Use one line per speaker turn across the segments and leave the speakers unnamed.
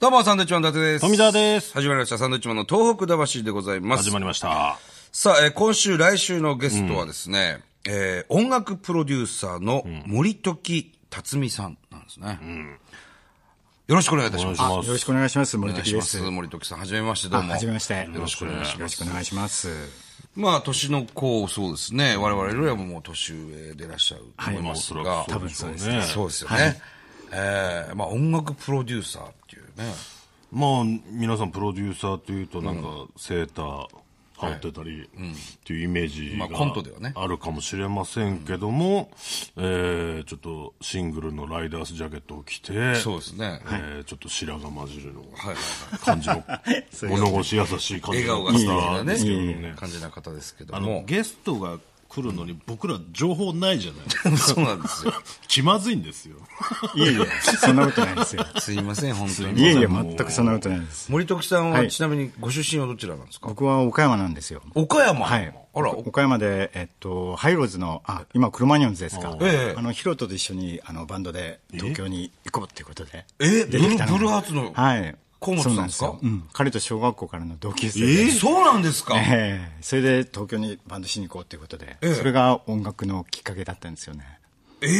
どうも、サンドウィッチマン伊達です。
富澤です。
始まりました、サンドウィッチマンの東北魂でございます。
始まりました。
さあ、えー今週、来週のゲストはですね、えー音楽プロデューサーの森時辰巳さんなんですね。よろしくお願いいたします。
お
お
願いしま
よろしくお願いします。森
願い
時
し
で
ます。
す。
森時さん、はじめまして、ど
あ、
うも。
はじめまして。
よろしくお願いし
よ
ま
ろ
す
し。くお願いします。
まあ、年の子、そうですね。我々よりはもう年上でいらっしゃると思いますが、
はいおそらく
多分そうです
そうで
ね
す。
そうですよね。えーまあ、音楽プロデューサーっていうね。
まあ、皆さんプロデューサーというと、なんか、セーター羽織ってたり、っていうイメージ
まあコントではね
があるかもしれませんけども、えーちょっとシングルのライダースジャケットを着て、
そうですね。
えーちょっと白髪混じるの
はいはいはい。
感 じの、物腰優しい感
笑
じ
顔
の
が素敵なね
ですけどね。
感じな方ですけど
あの
も。
ゲストが来るのに僕ら情報ないじゃない
そうなんですよ。
気まずいんですよ
いえいえ、そんなことないで すよ。
すいません、本当
い
に。
えいえ、全くそんなことないです。
森時さんは、
はい
ちなみにご出身はどちらなんですか
僕は岡山なんですよ。
岡山
はい。
あら、お
岡山で、えっと、ハイローズの、あ、今、クロマニョンズですか。
ええ
あの、ヒロトと一緒に、あの、バンドで、東京に行こうっていうことで。
え
出てきた
ブルブルーハーツの
はい。
河本さん
そうなんですよ。うん。彼と小学校からの同級生で。
えそうなんですか
ええそれで東京にバンドしに行こうということで、
ええ
それが音楽のきっかけだったんですよね。
ええ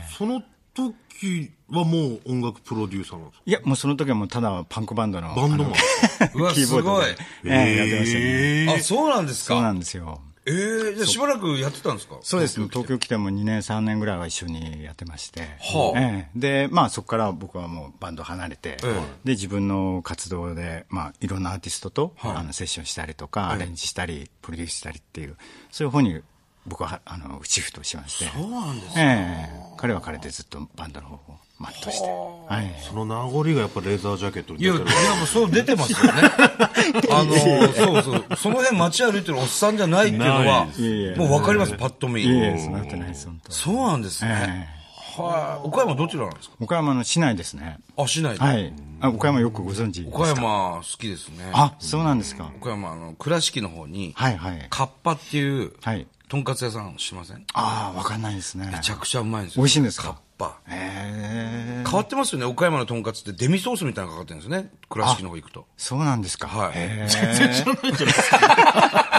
ええ
その時はもう音楽プロデューサーなんですか
いや、もうその時はもうただパンクバンドの。
バンドマン
あの
うわ
キーボードで。
す
ええやってましたね。
えー
あ、そうなんです
そうな
か
んですよ。
ええじゃあしばらくやってたんですか
そうですね。東京来ても2年、3年ぐらいは一緒にやってまして。
はあ
ええで、まあそこから僕はもうバンド離れて、で、自分の活動で、まあいろんなアーティストと、あのセッションしたりとか、アレンジしたり、プロデュースしたりっていう、そういう方に僕は、あの、シフトしまして。そうなんですええ彼は彼でずっとバンドの方を全うして。はい。
その名残がやっぱレーザージャケットに
い
出
や、
て
い
る
やもうそう出てますよ ね。あの、そうそう。その辺街歩いてるおっさんじゃないっていうのは
ない
えいえ、
もうわかります、パッと見
い。えいえ、そんなことないです、本当。
そうなんですね。はい。岡山どちらなんですか
岡山の市内ですね。
あ、市内で。
はい。あ岡山よくご存知ですか
岡山好きですね。
あ、そうなんですか。
岡山、あの、倉敷の方に、
はいはい。
カッパっていう、
はい。
とんかつ屋さんしませんめ
ああ、わかんないですね。
ちゃくちゃうまいんですよ。
美味しいんですか
カッパ。
へえ。
変わってますよね。岡山のとんかつってデミソースみたいなのかかってるんですよね。倉敷の方行くと。
そうなんですか。
はい
へえ。 そうなんですか。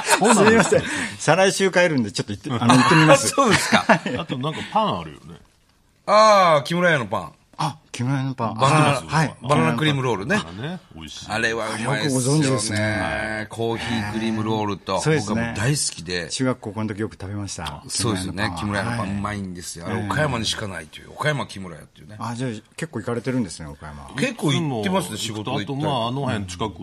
すみません。再来週帰るんで、ちょっと行って、あの、行ってみます。
そうですか。
あとなんかパンあるよね
ああ、木村屋のパン。
あ、木村屋のパン。
バナナ
あーはい。
バナナクリームロールね。
あれね美味しい
あれはうまいですよ
よくご存
ね
知ですね
コーヒークリームロールと、
そうですね
僕はもう大好きで。
中学校の時よく食べました。
そうですよね。木村屋のパンう
はい
まいんですよ。あれ岡山にしかないという。岡山木村屋っていうね。
あ、じゃあ結構行かれてるんですね、岡山。
結構行ってますね、仕事
行
で
くと
行った
あと、ま
り
あ、あの辺近く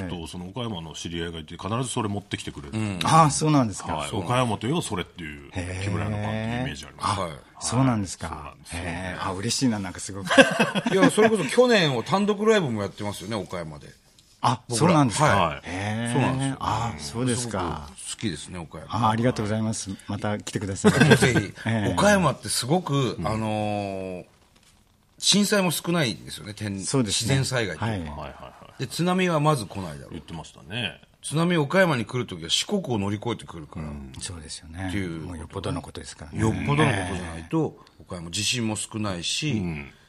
行くと、
は
その岡山の知り合いがいて必ずそれ持ってきてくれる、
ああ、そうなんです
は
か
い、。岡山といえばそれっていう木村屋のパンっていうイメージあります
はい
そうなんです
そうな
か
んで。すよ
へえ。あ、嬉しいな、なんかすごく。
いや、それこそ去年を単独ライブもやってますよね、岡山で。
あ、そうなんですか。
はい
へえ。
そうなんですよ
あ、そうですか。
好きですね、岡山。
あありがとうございます。また来てください。
ぜひ、
ええ
岡山ってすごく、あのー震災も少ないんですよね、天
そうです
自
ね
然災害というか
はいはいはい
で、津波はまず来ないだろう
言。ってましたね
津波、岡山に来るときは四国を乗り越えてくるから、
そうですよね。
ていう
もうよっぽどのことですからね。
よっぽどのことじゃないと、岡山、地震も少ないし、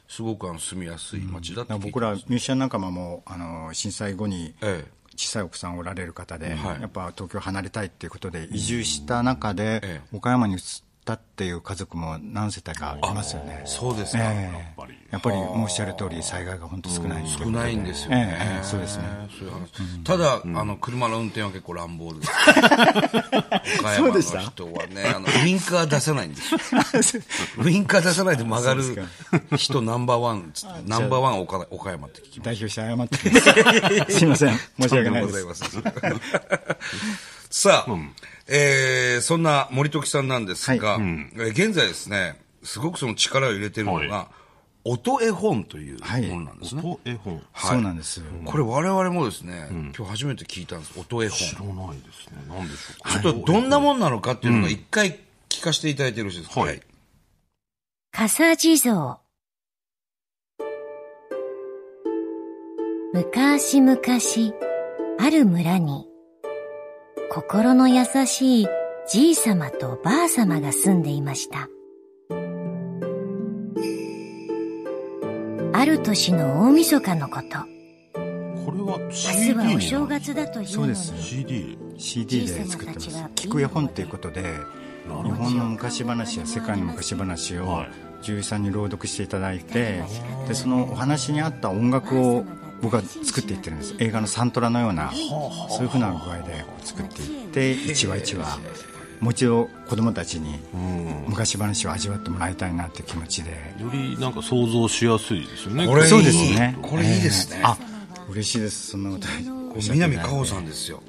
すごくあの住みやすい街だって聞いて
僕らミュージシャン仲間もあの震災後に
ええ
小さいお子さんおられる方で、
はい
やっぱ東京離れたいっていうことで移住した中
え
で、
え
岡山に移ったっていう家族も何世帯かいますよね。
そうですか、
ええ
ぱり
やっぱりもうおっしゃる通り災害が本当少ない、
少ないんですよね、
ええええそうですね
そういう話ただ、あの車の運転は結構乱暴です岡山
そう
の
でした
人はねあのウインカー出さないんですよ ウインカー出さないで曲がる人ナンバーワンっつってナンバーワン岡岡山って聞きま
代表して謝っ てすいません申
す
し訳な
とんも
いです
ございません さあ、えーそんな森時さんなんですが、えー現在ですねすごくその力を入れてるのが、
は
音絵本という
はい
本なんですね、
音絵本
そうなんですよ、
これ我々もですね、今日初めて聞いたんです音絵本
知らないですね何でしょうか
ちょっとどんなもんなのかっていうのが一回聞かせていただいてよろしいですか、
はい
笠地蔵昔々、ある村に、心の優しいじいさまとばあさまが住んでいました。ある年の大晦日のこと
これは
明日
CD
はお
に
正月だという
そ
の
う
に
です
CD
CD で作ってま
じい
す
さまたちは
聞く絵本ということで日本の昔話や世界の昔話を
い
獣医さんに朗読していただいてでそのお話に合った音楽を僕は作っていってるんです映画のサントラのようなそういうふうな具合でこう作っていって一話一話もう一度子供たちに昔話を味わってもらいたいなって気持ちで
よりなんか想像しやすいですよね
これいい
そうですね
これいいですね
えーあ嬉しいですそんな こと
こう南かほさんですよ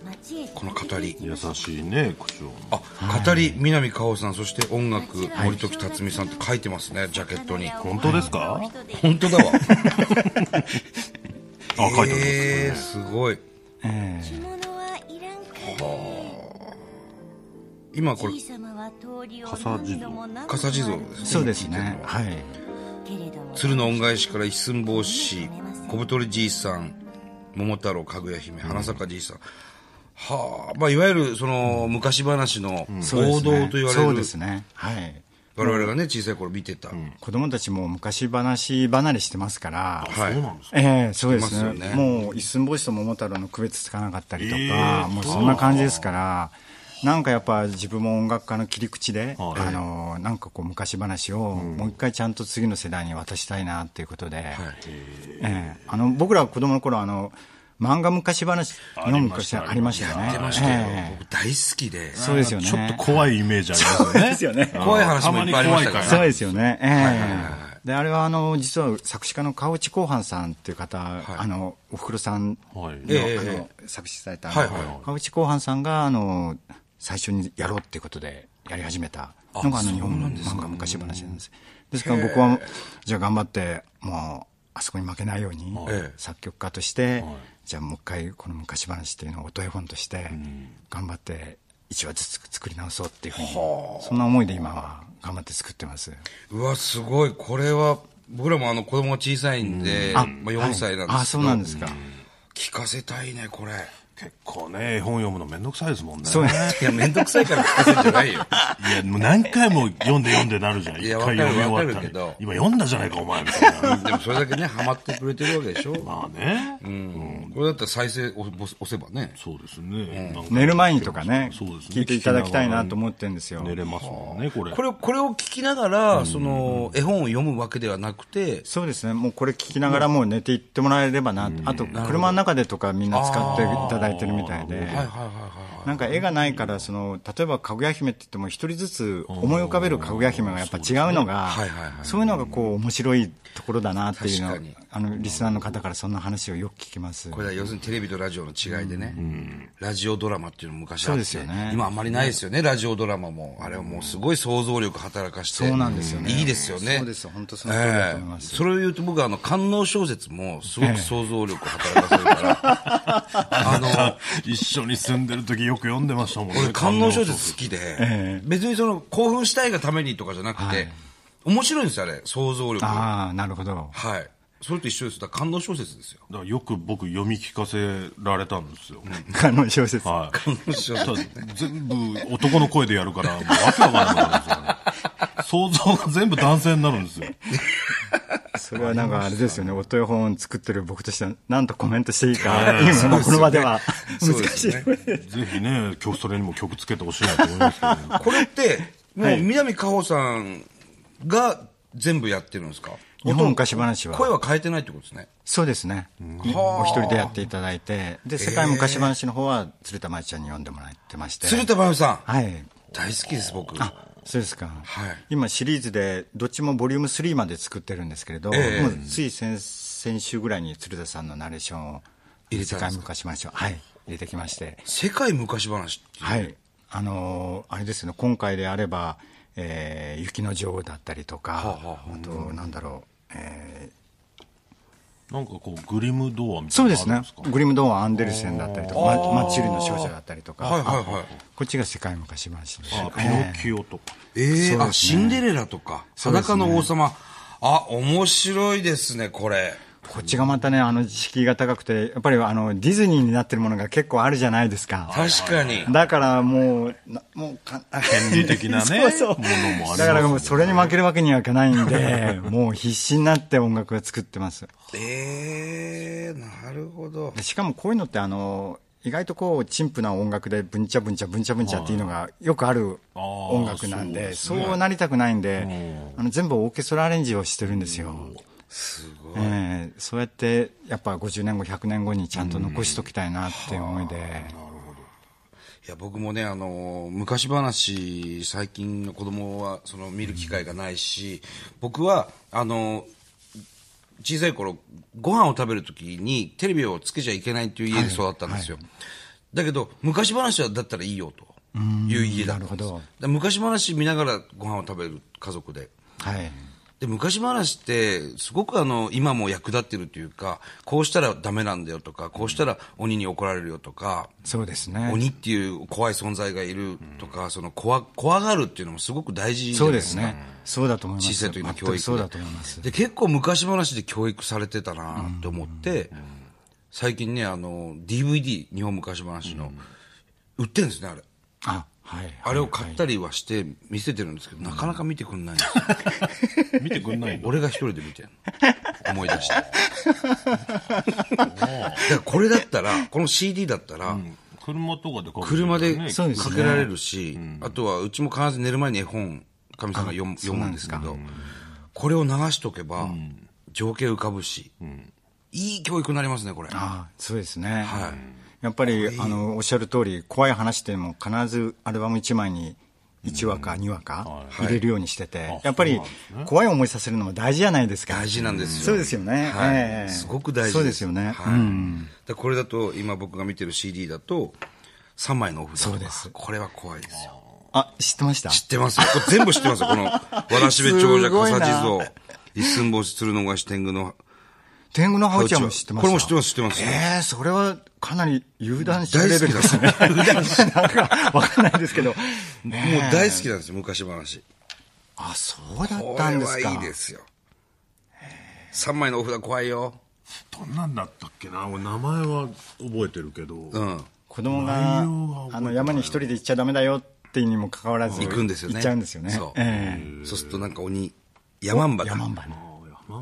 この語り
優しいね口調
あ語り南かほさんそして音楽森時辰巳さんって書いてますねジャケットに
本当ですかあ
本当だ わ
書いてある
えー、すごい
え
着物はいらんか
今これ
じいさまは通りを
笠地蔵
笠地蔵です
ー
ね
そうですねはい
けれども
鶴の恩返しから一寸法師小太りじいさん桃太郎かぐや姫花坂じいさん、はあまあいわゆるその、昔話の
そうで
王
す
道
ね
と言われ
そう
る、
ですねはい
我々がね小さい頃見てた、
子供たちも昔話離れしてますから、
はい
ええそうです
してま
ね
すよね
もう一寸法師と桃太郎の区別つかなかったりとか、もうそんな感じですからなんかやっぱ自分も音楽家の切り口で、あのなんかこう昔話をもう一回ちゃんと次の世代に渡したいなっていうことで、ええあの僕ら子供の頃あの漫画昔話日本昔ありましたよね
出ましたよ、
ええ
僕大好きで
そうですよね
ちょっと怖いイメージありますよね
ですよね
怖い話もいっぱいありましたから
そうですよね。ええで、あれは、あの、実は作詞家の川内公範さんっていう方、あの、おふくろさんの、
はい
ええ
あ
え
の作詞された、
はいはいはい
川内公範さんが、あの、最初にやろうっていうことでやり始めたのが、あの、日本の漫画昔話なんです。ですから僕は、じゃあ頑張って、もう、あそこに負けないように、
ええ
作曲家として、じゃあもう一回この昔話っていうのを音絵本として頑張って一話ずつ作り直そうっていうふうにそんな思いで今は頑張って作ってます
うわすごいこれは僕らもあの子供が小さいんで、まあ、4歳なんですけど、
はいあそうなんですか
聞かせたいねこれ
結構ね絵本読むのめんどくさいですもんね
そうです
いや面倒くさいから聞かせるんじゃない よ
いや、もう何回も読んで読んでなるじゃん。
い
一
や
回読み終わ
わか
った
るわかる
り
けど
今読んだじゃないか、お前、みたいな。
でもそれだけねハマってくれてるわけでしょ、
まあね。
うん、これだったら再生を押押せばね
そうですね。なんか
寝る前にとかね
そうですね
聞いていただきたいなと思ってるんですよ
寝れますもんね、これ。
これをこれを聞きながら、その絵本を読むわけではなくて、
そうですねもうこれ聞きながらもう寝ていってもらえればなあと車の中でとかみんな使っていただいてるみたいでなんか絵がないからその例えばかぐや姫って言っても一人ずつ思い浮かべるかぐや姫がやっぱ違うのが
はいはいはい
そういうのがこう面白いところだなっていうの
確かに
あのリスナーの方からそんな話をよく聞きます
これは要するにテレビとラジオの違いでね、ラジオドラマっていうのも昔あって、
そうですよね
今あんまりないですよね、ラジオドラマも。あれはもうすごい想像力働かして、
そうなんですよね
いいですよね。
そうです本当その通りだと思います
ええそれを言うと僕はあの、官能小説もすごく想像力働かせるから、
あの、一緒に住んでる時よく読んでましたもんね。
俺官能小説好きで、別にその興奮したいがためにとかじゃなくて、面白いんですよ、あれ、想像力。は
ああなるほど
い。それと一緒です。だから官能小説ですよ。
だからよく僕読み聞かせられたんですよ。
あの小説
はい。
官能小
た
説
だ全部男の声でやるから、もうわけわかんないですよね。想像が全部男性になるんですよ。
それはなんかあれですよね、お絵本作ってる僕としては、なんとコメントしていいか、今のこの場では
そう
難
です
しい
よね。
ぜひね、曲それにも曲つけてほしいなと思いますけどね。
これ って、もう南果歩さんが全部やってるんですか
日本昔話
声
は、
は変えてないってことですね。
そうですね、お一人でやっていただいて、で、世界昔話の方は、鶴田舞ちゃんに読んでもらってまして、
鶴田真由さん、
はい、
大好きです、僕。
そうですか、
はい
今、シリーズで、どっちもボリューム3まで作ってるんですけれど、
ええ
もうつい先先週ぐらいに鶴田さんのナレーションを、
入れたんですか
世界昔話を、はい、入れてきまして。
世界昔話っていう
はい、あのーあれですね、今回であれば、えー雪の女王だったりとか、あと、なんだろう、えー
なんかこう、グリムドアみた
そ
いうなのあ
です
るん
ね
ですか、
グリムドーン、アンデルセンだったりとか、ママッチュリの少女だったりとか、
はいはいはい
あこっちが世界昔話です、
あピノキオとか。
ええ
そうですね
あ、シンデレラとか、
そうですね
裸の王様。あ、面白いですね、これ。
こっちがまたね、あの、敷居が高くて、やっぱりあの、ディズニーになってるものが結構あるじゃないですか。
確かに。
だからもう、なもうか、
権利 的なね、
そうそう
ものもあり
だからも
ま
う
す
それに負けるわけにはいかないんで、もう必死になって音楽を作ってます。
ええなるほど。
でしかもこういうのってあの、意外とこう、陳腐な音楽で、ぶんちゃぶんちゃぶんちゃぶんちゃっていうのがよくある音楽なんで、そうなりたくないんで、あの全部オーケストラアレンジをしてるんですよ。ええそうやって、やっぱ50年後、100年後にちゃんと残しときたいなっていう思いで。
いや、僕もね、あの、昔話、最近の子供は、その、見る機会がないし、僕は、あの、小さい頃、ご飯を食べるときに、テレビをつけちゃいけないという家で育ったんですよ。だけど、昔話はだったらいいよ、という家だったんです。
なるほど
で昔話見ながらご飯を食べる家族で。
はい。
で昔話ってすごくあの今も役立ってるというかこうしたらダメなんだよとかこうしたら鬼に怒られるよとか、
そうですね。
鬼っていう怖い存在がいるとか、その怖怖がるっていうのもすごく大事じゃ
そ
な
う
いで
ですす
か
ね。そうだと思います。
小さい時の教育
全
で
くそうだと思います。
で結構昔話で教育されてたなって思って、最近ねあの DVD 日本昔話の、売ってるんですねあれ
あ、はい。
あれを買ったりはして見せてるんですけど、なかなか見てくんないん ですよ
見てくんないの
俺が一人で見てんの。思い出 して。だからこれだったら、この CD だったら、
車とかでかけてるよ
車
ね
でか
そうですね
けられるし、あとはうちも必ず寝る前に絵本、神さんが読む読むんですけど、これを流しとけば、情景浮かぶし、いい教育になりますね、これ。
あそうですね、
はい
やっぱりあのおっしゃる通り、怖い話でも必ずアルバム1枚に1話か2話か入れるようにしてて、やっぱり怖い思いさせるのも大事じゃないですか。
大事なんですよ。
そうですよね
はい
ええ
すごく大事
そうですよね
はい
うん
だからこれだと、今僕が見てる CD だと、3枚のお札とか
そうです
これは怖いですよ。
あ、知ってました
知ってますよ。これ全部知ってますよ。こ の、わらしべ長者、
すごい
笠
な
地蔵、一寸法師、鶴の菓子、天狗の、
天狗のハウちゃんも知ってます
これも知ってます知ってます
えー、それはかなり油断し
大
レ
好
ベ
きだ
ルで すね。油断しなんかわかんないですけど。
もう大好きなんですよ、昔話。
あ、そうだっ
こ
たん
れ
です
は
か。
いいですよ。3枚のお札怖いよ。
どんなんだったっけな俺名前は覚えてるけど、
うん。
子供が
内容は覚えてない
あの山に一人で行っちゃダメだよってにもかかわらず
行くんですよね。
行っちゃうんですよね。
そう。
ええ
そうするとなんか鬼、山んばだ。
山んばに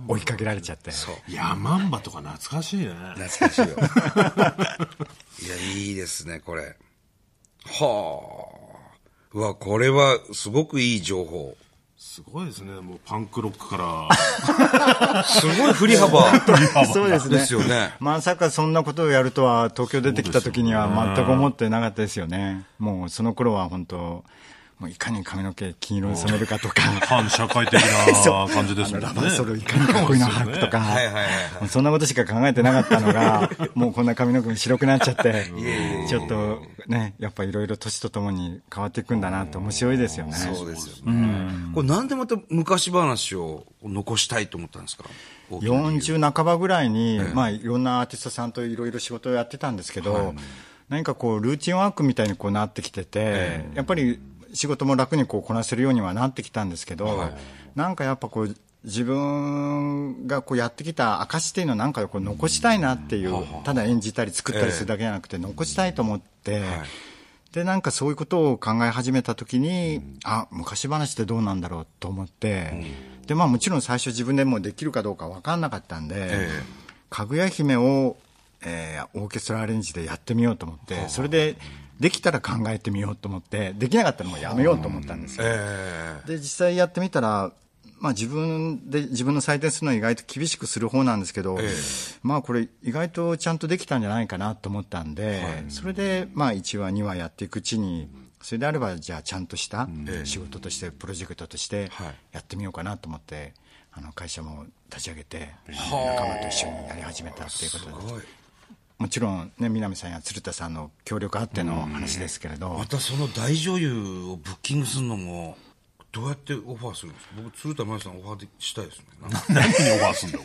追いかけられちゃって。
そう。
ヤマンバとか懐かしいね
懐かしいよ。 いや、いいですね、これ。はあ。うわ、これはすごくいい情報。
すごいですねもうパンクロックから
すごい振り幅。
そうですね。
ですよね
まさかそんなことをやるとは、東京出てきた時には全く思ってなかったですよね。もうその頃は本当、もういかに髪の毛金色に染めるかとか、
反社会的 な感じですもんね
ラバーソルいかにかっこいいの履くとか、
はいはいはい。
もうそんなことしか考えてなかった のが、もうこんな髪の毛も白くなっちゃって、ちょっとね、やっぱいろいろ年とともに変わっていくんだなって面白いですよね。
そうですよね。これなんでまた昔話を残したいと思ったんですか大きな理由
40半ばぐらいに、まあ、いろんなアーティストさんといろいろ仕事をやってたんですけど、何かこう、ルーチンワークみたいにこうなってきてて、やっぱり仕事も楽にこうこなせるようにはなってきたんですけど、なんかやっぱこう、自分がこうやってきた証っていうのをなんかこう残したいなっていう、ただ演じたり作ったりするだけじゃなくて、残したいと思って、で、なんかそういうことを考え始めたときに、あ、昔話ってどうなんだろうと思って、で、まあもちろん最初自分でもできるかどうか分かんなかったんで、かぐや姫を、えーオーケストラアレンジでやってみようと思って、それで、できたら考えてみようと思って、できなかったらもうやめようと思ったんですよ。で、実際やってみたら、まあ自分で、自分の採点するのは意外と厳しくする方なんですけど、まあこれ意外とちゃんとできたんじゃないかなと思ったんで、それでまあ1話2話やっていくうちに、それであればじゃあちゃんとした仕事として、プロジェクトとしてやってみようかなと思って、あの会社も立ち上げて、仲間と一緒にやり始めたっていうことで。もちろんね、南さんや鶴田さんの協力あっての話ですけれど、
またその大女優をブッキングするのも、どうやってオファーするんですか僕、鶴田真由さんオファーでしたいですね。なんか
何にオファーすんだよ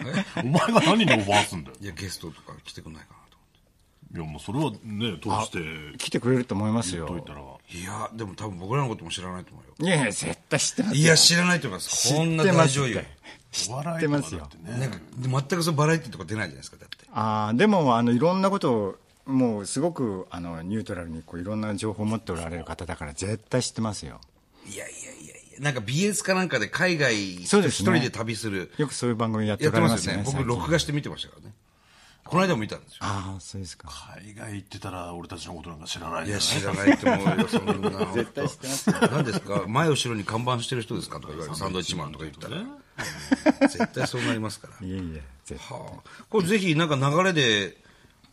お前お前が何にオファーすんだよ
いや、ゲストとか来てくんないかなと
いやもうそれはね通して
来てくれると思いますよ
解いたら
いやでも多分僕らのことも知らないと思うよ
いやいや絶対知ってます
いや知らないと思いますこんな大女優
お笑
知っ
いとか
てま
だ
すよ
って
な
ね
んかで全くそのバラエティーとか出ないじゃないですかだって
あーでもあのいろんなことをもうすごくあのニュートラルにこういろんな情報を持っておられる方だから絶対知ってますよ
いやいやいやいやなんか BS かなんかで海外
そう
一
です
人
ね
で旅する
よくそういう番組やって
や
お
って
られ
ま
ますす
よ
よ
ね
ね
僕録画して見てましたからねこの間も見たんですよ
ああそうですか
海外行ってたら俺たちのことなんか知らない
いや、
ね
知らないと思うよ、そんな。絶対知ってますよ。何ですか前後ろに看板してる人ですかとか言われて、サンドイッチマンとか言ったら。絶対そうなりますから。
いえいえ絶対
はあ、これぜひ、なんか流れで、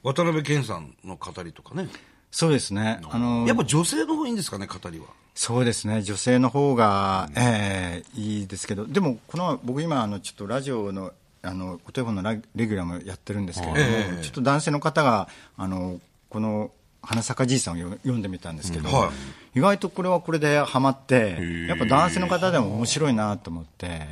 渡辺謙さんの語りとかね。
そうですねあの
やっぱ女性の方がいいんですかね、語りは。
そうですね女性の方が、ええいいですけどでもこの僕今あのちょっとラジオのあのお手本のラレギュラーもやってるんですけれども、ちょっと男性の方があのこの花咲かじいさんをよ読んでみたんですけど、
うんはい
意外とこれはこれでハマってやっぱ男性の方でも面白いなと思って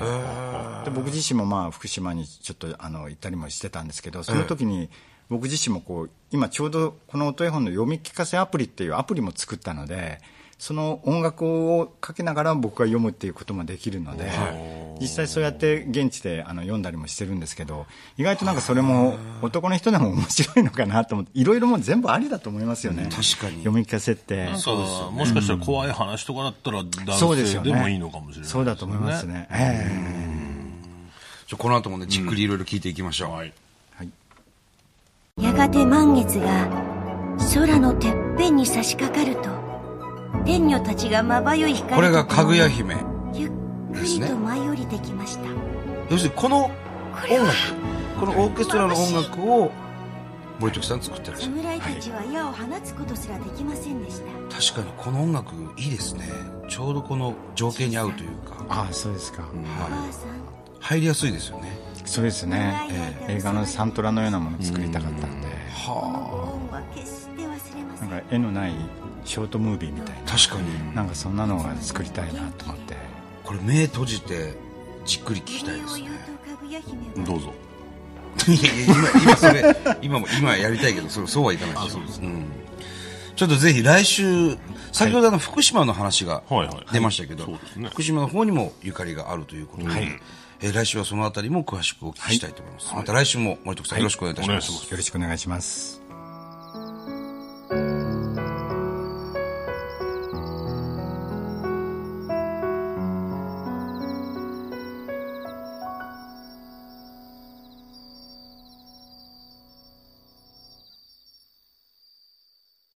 で僕自身もまあ福島にちょっとあの行ったりもしてたんですけどその時に僕自身もこう今ちょうどこの音絵本の読み聞かせアプリっていうアプリも作ったのでその音楽をかけながら僕が読むっていうこともできるので実際そうやって現地であの読んだりもしてるんですけど意外となんかそれも男の人でも面白いのかなと思っていろいろもう全部ありだと思いますよね
確かに
読み聞かせって
そうですよねもしかしたら怖い話とかだったら男
そうです
性
よね
でもいいのかもしれないですね
そうだと思いますね。ええ
ちょこの後もね、じっくりいろいろ聞いていきましょう。
はい。
やがて満月が空のてっぺんに差し掛かると天女たちがまばゆい光
これが
とと
か
も
ぐ
に
や姫。
ゆっくりと舞い降りてきました、
要するに、この
これ
音
は
楽、このオーケストラの音楽を、森時さん作ってらっしゃる。
侍たちは矢を放つことすらできませんでした、
確かにこの音楽いいですね。ちょうどこの情景に合うというか。
ああ、そうですか。
おばあさん
入りやすいですよね
そうですね、ええ映画のサントラのようなものを作りたかったんで、
この恩は決して忘れません
なんか絵のないショートムービーみたいな、
確かに
なんかそんなのが作りたいなと思って。
これ目閉じてじっくり聞きたいで
お
すね
礼を言うとかぐや姫は
どうぞ
いやいや今今それ 今も今やりたいけどそれそうはいかないですようんちょっとぜひ来週先ほどあの福島の話が
はいはい
出ましたけど、
はいそうですね
福島の方にもゆかりがあるということで、えー来週はそのあたりも詳しくお聞きしたいと思います、また来週も森徳さんよろしくお願いいたします、
よろしくお願いします。